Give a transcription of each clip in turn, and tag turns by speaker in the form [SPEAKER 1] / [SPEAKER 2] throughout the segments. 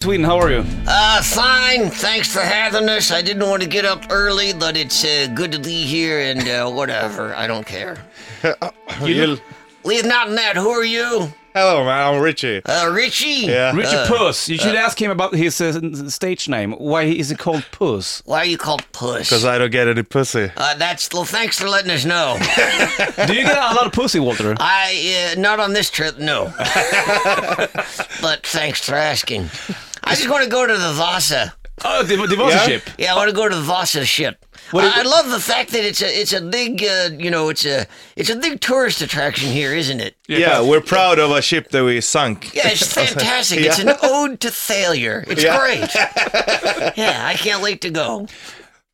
[SPEAKER 1] Twin, how are you?
[SPEAKER 2] Uh, fine. Thanks for having us. I didn't want to get up early, but it's uh, good to be here and uh, whatever. I don't care.
[SPEAKER 1] You look-
[SPEAKER 2] Leave not in that. Who are you?
[SPEAKER 3] Hello, man. I'm Richie.
[SPEAKER 2] Uh, Richie?
[SPEAKER 3] Yeah.
[SPEAKER 1] Richie
[SPEAKER 2] Uh,
[SPEAKER 1] Puss. You should ask him about his uh, stage name. Why is he called Puss?
[SPEAKER 2] Why are you called Puss?
[SPEAKER 3] Because I don't get any pussy.
[SPEAKER 2] Uh, that's well. Thanks for letting us know.
[SPEAKER 1] Do you get a lot of pussy, Walter?
[SPEAKER 2] I uh, not on this trip, no. but thanks for asking. I just want to go to the Vasa.
[SPEAKER 1] Oh, det, var- det var så
[SPEAKER 3] Ja.
[SPEAKER 1] chip.
[SPEAKER 2] Yeah, I want to go to the Vasa ship.
[SPEAKER 1] What is-
[SPEAKER 2] I, I love the fact that it's a it's a big uh, you know it's a it's a big tourist attraction here, isn't it?
[SPEAKER 3] Yeah, we're proud of a ship that we sunk.
[SPEAKER 2] Yeah, it's fantastic. It's an ode to failure. It's
[SPEAKER 3] Yeah.
[SPEAKER 2] great. yeah, I can't wait to go.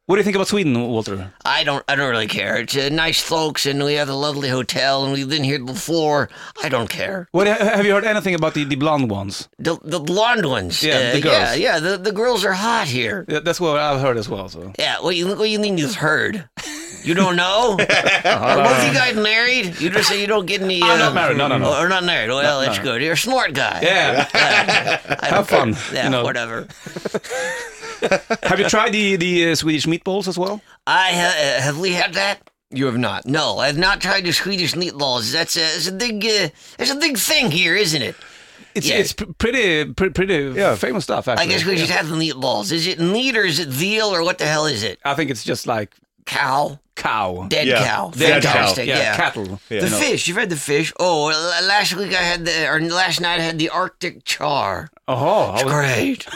[SPEAKER 1] What do you think about Sweden, Walter?
[SPEAKER 2] I don't. I don't really care. It's uh, nice folks, and we have a lovely hotel, and we've been here before. I don't care.
[SPEAKER 1] What have you heard anything about the, the blonde ones?
[SPEAKER 2] The the blonde ones. uh,
[SPEAKER 1] Yeah, the
[SPEAKER 2] Yeah,
[SPEAKER 1] girls.
[SPEAKER 2] yeah. The, the girls are hot here.
[SPEAKER 1] Yeah, That's what I've heard as well. So
[SPEAKER 2] Yeah. What you what you mean you've heard? You don't know? Are both you guys married? You just say you don't get any.
[SPEAKER 1] Uh-huh. I'm not married. No, no, no.
[SPEAKER 2] Oh, Or not married. Well, that's good. You're a smart guy.
[SPEAKER 1] yeah,
[SPEAKER 2] I
[SPEAKER 1] have
[SPEAKER 2] don't
[SPEAKER 1] fun.
[SPEAKER 2] care. Yeah.
[SPEAKER 1] you know.
[SPEAKER 2] Whatever.
[SPEAKER 1] Have you tried the the uh, Swedish meatballs as well?
[SPEAKER 2] I ha- uh, have we had that? You have not. No, I've not tried the Swedish meatballs. That's a, it's a big, uh, it's a big thing here, isn't it?
[SPEAKER 1] It's
[SPEAKER 2] Yeah.
[SPEAKER 1] it's pr- pretty pr- pretty
[SPEAKER 3] Yeah.
[SPEAKER 1] famous stuff.
[SPEAKER 2] I
[SPEAKER 1] Actually,
[SPEAKER 2] guess we should have the meatballs. Is it meat or is it veal or what the hell is it?
[SPEAKER 1] I think it's just like
[SPEAKER 2] Cow,
[SPEAKER 1] cow.
[SPEAKER 2] dead
[SPEAKER 3] Yeah,
[SPEAKER 2] cow,
[SPEAKER 3] dead cow.
[SPEAKER 2] fantastic.
[SPEAKER 1] yeah,
[SPEAKER 2] Yeah,
[SPEAKER 1] cattle.
[SPEAKER 3] Yeah.
[SPEAKER 2] The
[SPEAKER 3] No.
[SPEAKER 2] fish. You've had the fish. Oh, l- last week I had the, or last night I had the Arctic char.
[SPEAKER 1] Oh, I was-
[SPEAKER 2] Great.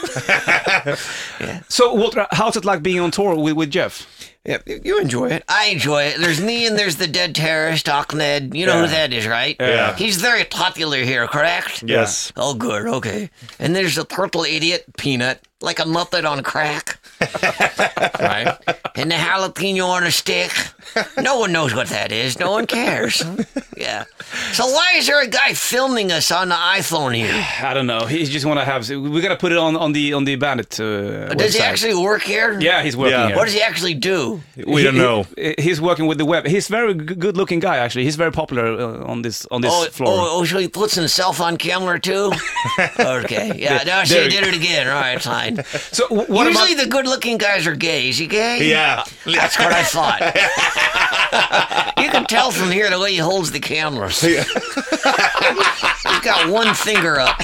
[SPEAKER 1] so Walter, how's it like being on tour with, with Jeff?
[SPEAKER 2] Yeah, you enjoy it. I enjoy it. There's me and there's the dead terrorist Ahmed. You know who
[SPEAKER 1] Yeah.
[SPEAKER 2] that is, right?
[SPEAKER 3] Yeah.
[SPEAKER 2] He's very popular here, correct?
[SPEAKER 3] Yes.
[SPEAKER 2] Oh, good. Okay. And there's the purple idiot, Peanut, like a muppet on crack. right? And the jalapeno on a stick. No one knows what that is. No one cares. Yeah. So why is there a guy filming us on the iPhone here?
[SPEAKER 1] I don't know. He just want to have. We gotta put it on on the on the bandit. Uh,
[SPEAKER 2] Does he
[SPEAKER 1] website.
[SPEAKER 2] actually work here?
[SPEAKER 1] Yeah, he's working.
[SPEAKER 3] Yeah.
[SPEAKER 1] Here.
[SPEAKER 2] What does he actually do?
[SPEAKER 3] We
[SPEAKER 1] He-
[SPEAKER 3] don't know.
[SPEAKER 1] he- he's working with the web. He's very g- good-looking guy, actually. He's very popular uh, on this on this
[SPEAKER 2] Oh,
[SPEAKER 1] floor.
[SPEAKER 2] oh, oh, so he puts himself on camera too? okay. Yeah, no, she
[SPEAKER 1] there-
[SPEAKER 2] did it again. All right, fine.
[SPEAKER 1] so wh- what
[SPEAKER 2] Usually
[SPEAKER 1] about?
[SPEAKER 2] the good looking guys are gay. Is he gay?
[SPEAKER 3] Yeah.
[SPEAKER 2] That's what I thought. you can tell from here the way he holds the cameras. He's got one finger up.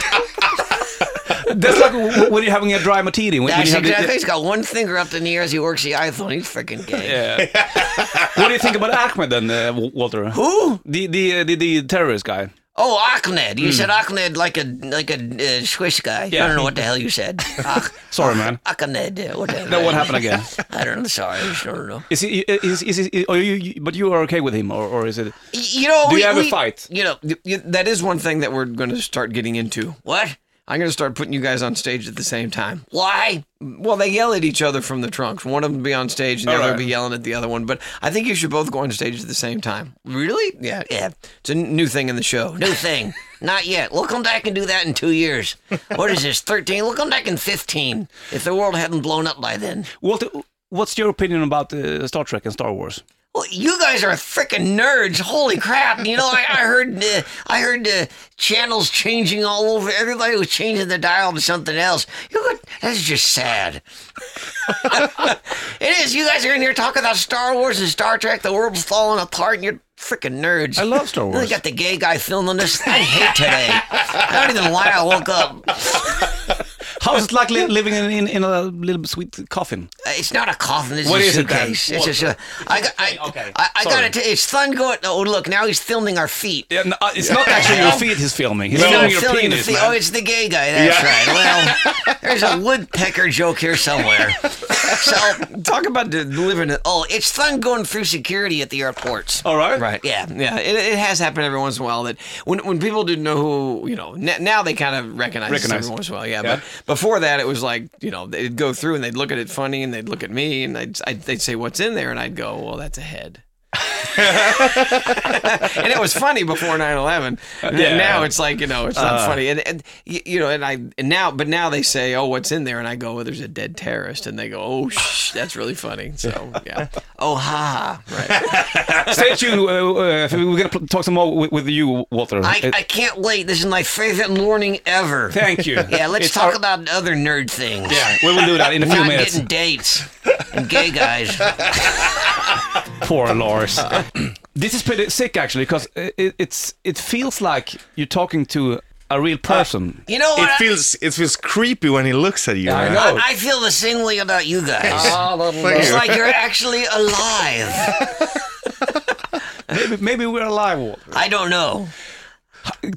[SPEAKER 1] That's like w- when you're having a dry martini. When, when
[SPEAKER 2] That's
[SPEAKER 1] you have the-
[SPEAKER 2] exactly. He's got one finger up in the air as he works the iPhone. He's freaking gay.
[SPEAKER 1] what do you think about Ahmed then, uh, Wa- Walter?
[SPEAKER 2] Who?
[SPEAKER 1] The, the uh, the the terrorist guy.
[SPEAKER 2] Oh, Ahmed. You said Ahmed like a like a uh, Swiss guy.
[SPEAKER 1] Hmm. Yeah.
[SPEAKER 2] I don't know what the hell you said. Ah,
[SPEAKER 1] Sorry, man.
[SPEAKER 2] Ahmed. uh, What the hell?
[SPEAKER 1] That won't happen again.
[SPEAKER 2] I don't know. Sorry, I just don't know.
[SPEAKER 1] Is he? uh, Is is, is, are you? But you are okay with him, or, or is it?
[SPEAKER 2] Y- You know,
[SPEAKER 1] Do
[SPEAKER 2] we,
[SPEAKER 1] you have a
[SPEAKER 2] we-
[SPEAKER 1] fight?
[SPEAKER 2] You know
[SPEAKER 4] Y- y- That is one thing that we're going to start getting into.
[SPEAKER 2] what?
[SPEAKER 4] I'm going to start putting you guys on stage at the same time.
[SPEAKER 2] Why?
[SPEAKER 4] Well, they yell at each other from the trunks. One of them will be on stage and the
[SPEAKER 1] All
[SPEAKER 4] other
[SPEAKER 1] right.
[SPEAKER 4] will be yelling at the other one. But I think you should both go on stage at the same time.
[SPEAKER 2] Really? Yeah. Yeah.
[SPEAKER 4] It's a n- new thing in the show.
[SPEAKER 2] New thing. Not yet. We'll come back and do that in two years. What is this, 13? We'll come back in 15 if the world hadn't blown up by then.
[SPEAKER 1] Walter, what's your opinion about uh, Star Trek and Star Wars?
[SPEAKER 2] Well, you guys are freaking nerds. Holy crap. You know, I, I heard uh, I heard uh, channels changing all over. Everybody was changing the dial to something else. You could, that's just sad. it is. You guys are in here talking about Star Wars and Star Trek. The world's falling apart and you're freaking nerds.
[SPEAKER 1] I love Star
[SPEAKER 2] Then
[SPEAKER 1] Wars.
[SPEAKER 2] We got the gay guy filming this. I hate today. I don't even know why I woke up.
[SPEAKER 1] How's it like li- living in, in in a little sweet coffin?
[SPEAKER 2] It's not a coffin. It's
[SPEAKER 1] What
[SPEAKER 2] a
[SPEAKER 1] is it then?
[SPEAKER 2] suitcase. It's just a. I got. I,
[SPEAKER 1] okay.
[SPEAKER 2] I, I
[SPEAKER 1] Sorry.
[SPEAKER 2] got to. It's fun going. Oh look! Now he's filming our feet.
[SPEAKER 1] Yeah, no, uh, it's not actually your feet he's filming. He's
[SPEAKER 2] He's
[SPEAKER 1] filming your
[SPEAKER 2] not filming the
[SPEAKER 1] penis,
[SPEAKER 2] feet.
[SPEAKER 1] man.
[SPEAKER 2] Oh, it's the gay guy. That's right. Well, there's a woodpecker joke here somewhere. so,
[SPEAKER 4] Talk about de- delivering it.
[SPEAKER 2] oh, it's fun going through security at the airports.
[SPEAKER 1] All right.
[SPEAKER 4] Right.
[SPEAKER 2] Yeah.
[SPEAKER 4] Oh, Yeah. It, it has happened every once in a while that when, when people didn't know who, you know, n- now they kind of recognize, us
[SPEAKER 1] Recognize.
[SPEAKER 4] every once in a while. Yeah,
[SPEAKER 1] Yeah.
[SPEAKER 4] But before that, it was like, you know, they'd go through and they'd look at it funny and they'd look at me and I'd, I'd, they'd say, what's in there? And I'd go, well, that's a head. and it was funny before 9-11 N-
[SPEAKER 1] Yeah. Uh.
[SPEAKER 4] now it's like you know it's not funny and, and y- you know and i and now but now they say oh what's in there and i go well there's a dead terrorist and they go oh shh, that's really funny so yeah oh ha ha. right
[SPEAKER 1] Stay tuned. Uh, uh, we're going to talk some more with, with you, Walter.
[SPEAKER 2] I,
[SPEAKER 1] Uh,
[SPEAKER 2] I can't wait. This is my favorite morning ever.
[SPEAKER 1] thank you.
[SPEAKER 2] Yeah, let's
[SPEAKER 1] It's
[SPEAKER 2] talk
[SPEAKER 1] our-
[SPEAKER 2] about other nerd things.
[SPEAKER 1] Yeah, we will do that in a few
[SPEAKER 2] Not
[SPEAKER 1] minutes.
[SPEAKER 2] getting dates and gay guys.
[SPEAKER 1] Poor Lars. this is pretty sick, actually, because it, it's it feels like you're talking to a real person.
[SPEAKER 2] You know what?
[SPEAKER 3] It feels it feels creepy when he looks at you.
[SPEAKER 1] I
[SPEAKER 3] man.
[SPEAKER 1] know.
[SPEAKER 2] I, I feel the same way about you guys. it's like you're actually alive.
[SPEAKER 1] Maybe, maybe we're alive. Walter.
[SPEAKER 2] I don't know.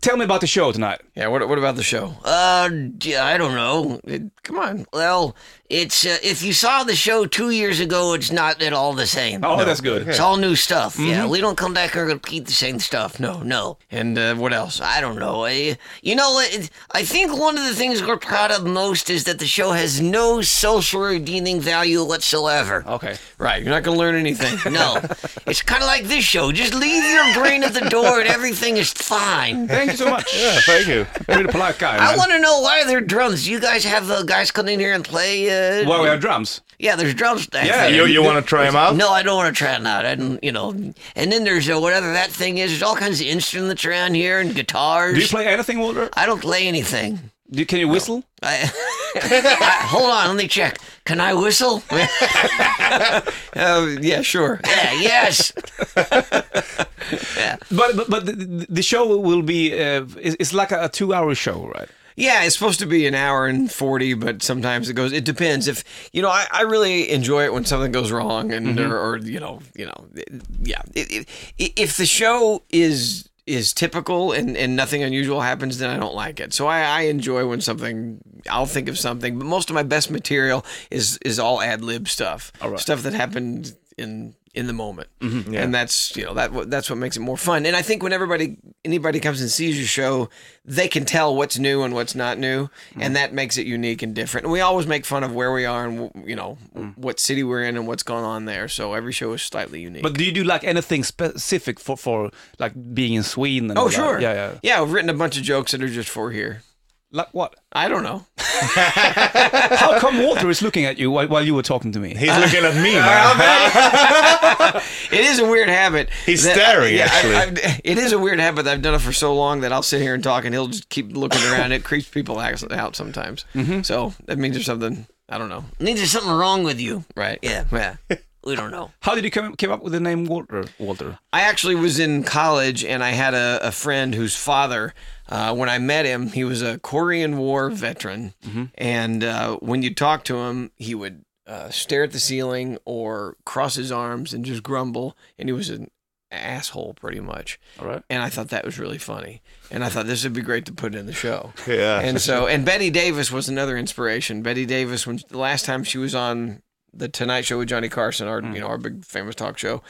[SPEAKER 1] Tell me about the show tonight.
[SPEAKER 4] yeah what, what about the show
[SPEAKER 2] Uh, d- I don't know.
[SPEAKER 4] It- come on
[SPEAKER 2] Well, it's uh, if you saw the show two years ago, it's not at all the same.
[SPEAKER 1] Oh, Mm-hmm. that's good.
[SPEAKER 2] It's all new stuff. Yeah, we don't come back and repeat the same stuff. No, no.
[SPEAKER 4] and uh, what else
[SPEAKER 2] I don't know. I, you know, it, I think one of the things we're proud of most is that the show has no social redeeming value whatsoever.
[SPEAKER 1] Okay.
[SPEAKER 4] right you're not gonna learn anything
[SPEAKER 2] No, it's kind of like this show. Just leave your brain at the door and everything is fine.
[SPEAKER 1] Thank you so much.
[SPEAKER 3] Yeah, thank you.
[SPEAKER 1] Really polite guy.
[SPEAKER 2] I
[SPEAKER 1] man.
[SPEAKER 2] want to know why there are drums. You guys have uh, guys come in here and play. Uh,
[SPEAKER 1] Well, we have drums.
[SPEAKER 2] yeah, there's drums. back
[SPEAKER 1] Yeah,
[SPEAKER 2] there.
[SPEAKER 3] You, you want to try him out?
[SPEAKER 2] No, I don't want to try it out. I don't, you know. And then there's uh, whatever that thing is. There's all kinds of instruments around here and guitars.
[SPEAKER 1] Do you play anything, Walter?
[SPEAKER 2] I don't play anything.
[SPEAKER 1] Do you, can you whistle?
[SPEAKER 2] I, I- uh, hold on, let me check. Can I whistle? yeah,
[SPEAKER 4] uh, yeah sure
[SPEAKER 2] yes.
[SPEAKER 1] But but, but the, the show will be uh, it's it's like a, two-hour show, right?
[SPEAKER 4] Yeah, it's supposed to be an hour and 40, but sometimes it goes, it depends. If, you know, I, I really enjoy it when something goes wrong and, or, or, you know, you know, it- yeah. It, it, if the show is, is typical and, and nothing unusual happens, then I don't like it. So I, I enjoy when something, I'll think of something, but most of my best material is, is all ad lib stuff, stuff that happened in, in the moment,
[SPEAKER 1] Mm-hmm,
[SPEAKER 4] and that's you know that what- that's what makes it more fun. And I think when everybody anybody comes and sees your show, they can tell what's new and what's not new,
[SPEAKER 1] Mm-hmm.
[SPEAKER 4] and that makes it unique and different. And we always make fun of where we are and you know
[SPEAKER 1] Mm.
[SPEAKER 4] what city we're in and what's going on there. So every show is slightly unique.
[SPEAKER 1] But do you do like anything specific for for like being in Sweden? And all
[SPEAKER 4] oh
[SPEAKER 1] that?
[SPEAKER 4] sure,
[SPEAKER 1] Yeah, yeah.
[SPEAKER 4] yeah. I've written a bunch of jokes that are just for here.
[SPEAKER 1] Like what?
[SPEAKER 4] I don't know.
[SPEAKER 1] How come Walter is looking at you while, while you were talking to me?
[SPEAKER 3] He's looking at me, man.
[SPEAKER 4] It is a weird habit.
[SPEAKER 3] He's staring, actually.
[SPEAKER 4] I, I've- it is a weird habit. that I've done it for so long that I'll sit here and talk, and he'll just keep looking around. It creeps people act- out sometimes.
[SPEAKER 3] Mm-hmm.
[SPEAKER 4] So that means there's something I don't know.
[SPEAKER 2] Needs there's something wrong with you.
[SPEAKER 4] Right?
[SPEAKER 2] Yeah.
[SPEAKER 4] Yeah.
[SPEAKER 2] We don't know.
[SPEAKER 1] How did you come came up with the name Walter? Walter.
[SPEAKER 4] I actually was in college, and I had a, a friend whose father. Uh, when I met him, he was a Korean War veteran,
[SPEAKER 1] Mm-hmm.
[SPEAKER 4] and uh, when you talk to him, he would uh, stare at the ceiling or cross his arms and just grumble. And he was an asshole, pretty much.
[SPEAKER 1] All right.
[SPEAKER 4] and I thought that was really funny. And I thought this would be great to put in the show.
[SPEAKER 3] Yeah.
[SPEAKER 4] And so, and Betty Davis was another inspiration. Betty Davis, when the last time she was on the Tonight Show with Johnny Carson, our
[SPEAKER 1] Mm.
[SPEAKER 4] you know our big famous talk show,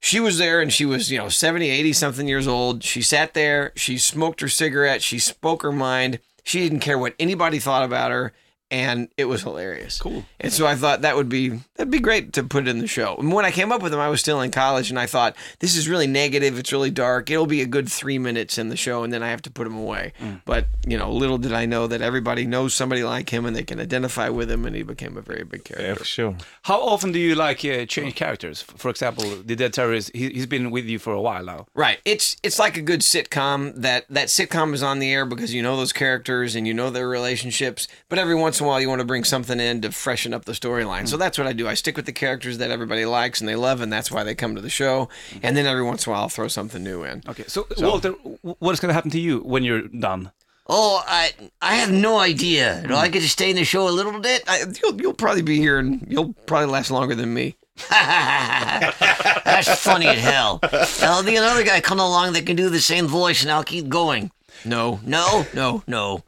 [SPEAKER 4] she was there and she was you know 70, 80 something years old. She sat there, she smoked her cigarette, she spoke her mind. She didn't care what anybody thought about her. And it was hilarious.
[SPEAKER 1] Cool.
[SPEAKER 4] And so I thought that would be that'd be great to put in the show. And when I came up with them, I was still in college, and I thought this is really negative. It's really dark. It'll be a good three minutes in the show, and then I have to put him away. But you know, little did I know that everybody knows somebody like him, and they can identify with him, and he became a very big
[SPEAKER 3] Yeah,
[SPEAKER 4] character.
[SPEAKER 3] for sure.
[SPEAKER 1] How often do you like uh, change characters? For example, the Dead Terrorist. He, he's been with you for a while now.
[SPEAKER 4] Right. It's it's like a good sitcom that that sitcom is on the air because you know those characters and you know their relationships, but every once in a while you want to bring something in to freshen up the storyline. So that's what I do. I stick with the characters that everybody likes and they love and that's why they come to the show, and then every once in a while I'll throw something new in.
[SPEAKER 1] Okay. So, Walter, w- what is going to happen to you when you're done?
[SPEAKER 2] Oh, I I have no idea. Do I get to stay in the show a little bit?
[SPEAKER 4] I, you'll you'll probably be here and you'll probably last longer than me.
[SPEAKER 2] That's funny as hell. There'll be another guy come along that can do the same voice, and I'll keep going.
[SPEAKER 4] No.
[SPEAKER 2] No, no, no.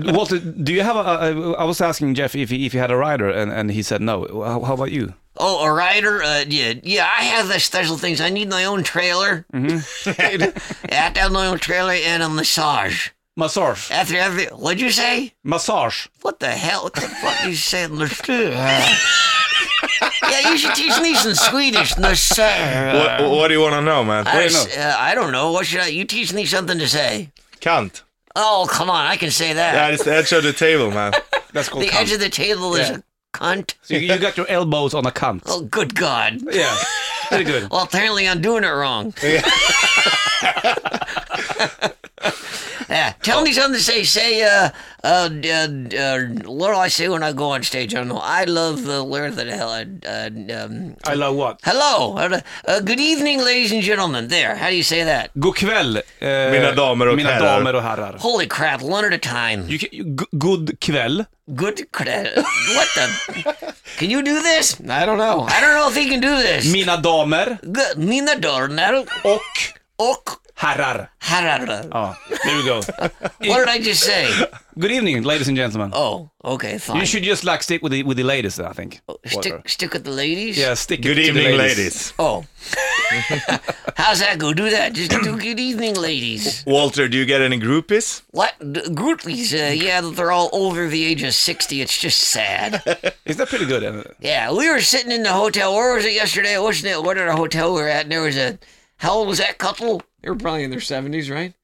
[SPEAKER 1] Walter, do you have a? a- I was asking Jeff if he, if he had a rider, and, and he said no. How, how about you?
[SPEAKER 2] Oh, a writer? Uh, yeah, yeah. I have the special things. I need my own trailer. yeah, I have my own trailer and a massage.
[SPEAKER 1] Massage.
[SPEAKER 2] After every, what'd you say?
[SPEAKER 1] Massage.
[SPEAKER 2] What the hell? What the fuck you saying? yeah, you should teach me some Swedish, no sir.
[SPEAKER 3] What, what do you want to know, man?
[SPEAKER 2] I, uh, I don't know. What should I? You teach me something to say.
[SPEAKER 3] Kant.
[SPEAKER 2] Oh, come on, I can say that.
[SPEAKER 3] Yeah, it's the edge of the table, man.
[SPEAKER 1] That's called
[SPEAKER 2] the edge of the table is
[SPEAKER 1] Yeah.
[SPEAKER 2] a cunt.
[SPEAKER 1] So you, you got your elbows on a cunt.
[SPEAKER 2] Oh, good God.
[SPEAKER 1] Yeah, very good.
[SPEAKER 2] Well, apparently I'm doing it wrong. yeah, tell me something to say. Say, uh, uh, d- uh, d- uh, what do I say when I go on stage? I don't know. I love, uh, where the hell, I, uh, um,
[SPEAKER 1] I love what?
[SPEAKER 2] hello. Uh, uh, good evening, ladies and gentlemen. There, how do you say that?
[SPEAKER 1] God kväll. eh,
[SPEAKER 3] Mina damer och
[SPEAKER 1] mina
[SPEAKER 3] herrar.
[SPEAKER 1] damer och herrar.
[SPEAKER 2] Holy crap, one at a time.
[SPEAKER 1] You, can- you, g- good kväll.
[SPEAKER 2] Good, cra- what the? Can you do this?
[SPEAKER 4] I don't know.
[SPEAKER 2] I don't know if he can do this.
[SPEAKER 1] Mina damer
[SPEAKER 2] Good, Mina Dornell
[SPEAKER 1] och
[SPEAKER 2] och
[SPEAKER 1] herrar.
[SPEAKER 2] Harara.
[SPEAKER 1] Ja, there we go.
[SPEAKER 2] What did I just say?
[SPEAKER 1] Good evening, ladies and gentlemen.
[SPEAKER 2] Oh, okay, fine.
[SPEAKER 1] You should just like stick with the with the ladies, I think. Whatever.
[SPEAKER 2] stick, stick with the ladies.
[SPEAKER 1] Yeah, stick. it
[SPEAKER 3] Good
[SPEAKER 1] to the
[SPEAKER 3] evening,
[SPEAKER 1] ladies.
[SPEAKER 3] ladies.
[SPEAKER 2] Oh, how's that go? Do that. Just do good evening, ladies.
[SPEAKER 3] Walter, do you get any groupies?
[SPEAKER 2] What the groupies? Uh, yeah, that they're all over the age of sixty. It's just sad.
[SPEAKER 1] Is that pretty good? eh?
[SPEAKER 2] Yeah, we were sitting in the hotel. Where was it yesterday? It wasn't it? What at a hotel we were at? And there was a. How old was that couple?
[SPEAKER 4] They were probably in their seventies, right?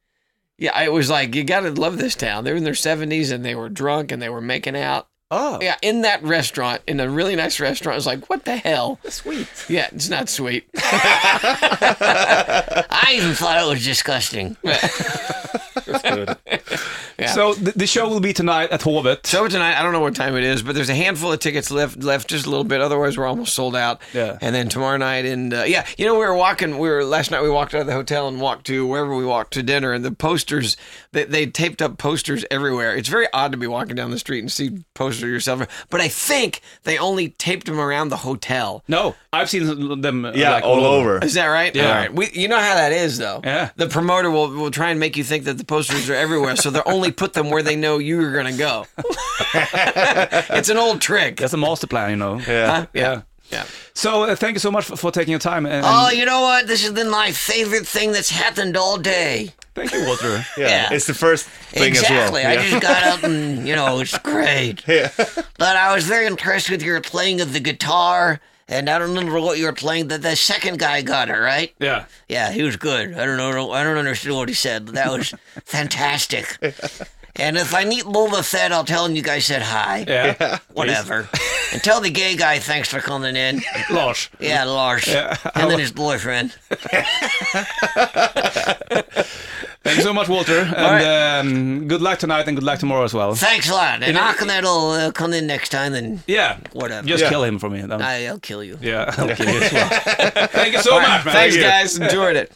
[SPEAKER 4] Yeah, it was like you gotta love this town. They were in their seventies and they were drunk and they were making out.
[SPEAKER 1] Oh,
[SPEAKER 4] Yeah, in that restaurant, in a really nice restaurant, I was like, "What the hell?"
[SPEAKER 1] sweet.
[SPEAKER 4] Yeah, it's not sweet.
[SPEAKER 2] I even thought it was disgusting.
[SPEAKER 1] So the, the show will be tonight at Hovet.
[SPEAKER 4] So tonight, I don't know what time it is, but there's a handful of tickets left, left just a little bit. Otherwise, we're almost sold out.
[SPEAKER 1] Yeah.
[SPEAKER 4] And then tomorrow night, and uh, yeah, you know, we were walking. We were last night. We walked out of the hotel and walked to wherever we walked to dinner, and the posters they, they taped up posters everywhere. It's very odd to be walking down the street and see posters of yourself, but I think they only taped them around the hotel.
[SPEAKER 1] no, I've seen them. uh,
[SPEAKER 3] Yeah,
[SPEAKER 1] like,
[SPEAKER 3] all over.
[SPEAKER 4] Is that right?
[SPEAKER 1] Yeah.
[SPEAKER 4] All right. We, you know how that is, though.
[SPEAKER 1] Yeah.
[SPEAKER 4] The promoter will, will try and make you think that the posters are everywhere, so they'll only put them where they know you're going to go. it's an old trick.
[SPEAKER 1] That's a master plan, you know.
[SPEAKER 3] Yeah.
[SPEAKER 1] Yeah.
[SPEAKER 4] Yeah.
[SPEAKER 1] So uh, thank you so much for, for taking your time. And, and
[SPEAKER 2] Oh, you know what? This has been my favorite thing that's happened all day.
[SPEAKER 1] thank you, Walter.
[SPEAKER 3] Yeah.
[SPEAKER 2] Yeah.
[SPEAKER 3] It's the first thing
[SPEAKER 2] exactly.
[SPEAKER 3] as well.
[SPEAKER 2] I
[SPEAKER 3] Yeah.
[SPEAKER 2] just got up and, you know, it's great.
[SPEAKER 3] Yeah.
[SPEAKER 2] But I was very impressed with your playing of the guitar, and I don't remember what you were playing. That the second guy got it right.
[SPEAKER 1] yeah.
[SPEAKER 2] Yeah, he was good. I don't know. I don't understand what he said, but that was fantastic. And if I meet Boba Fett, I'll tell him you guys said hi.
[SPEAKER 1] Yeah.
[SPEAKER 2] Whatever. and tell the gay guy thanks for coming in.
[SPEAKER 1] Lars.
[SPEAKER 2] Yeah, Lars. And then his boyfriend.
[SPEAKER 1] Thank you so much, Walter. And um, good luck tonight and good luck tomorrow as well.
[SPEAKER 2] Thanks a lot. And Akhenet'll uh, come in next time, and
[SPEAKER 1] Yeah.
[SPEAKER 2] Whatever.
[SPEAKER 1] Just
[SPEAKER 3] Yeah.
[SPEAKER 1] kill him for me. then.
[SPEAKER 2] I, I'll kill you.
[SPEAKER 1] yeah. I'll kill you as well. Thank you so much, man.
[SPEAKER 4] Thanks, guys. Enjoyed it.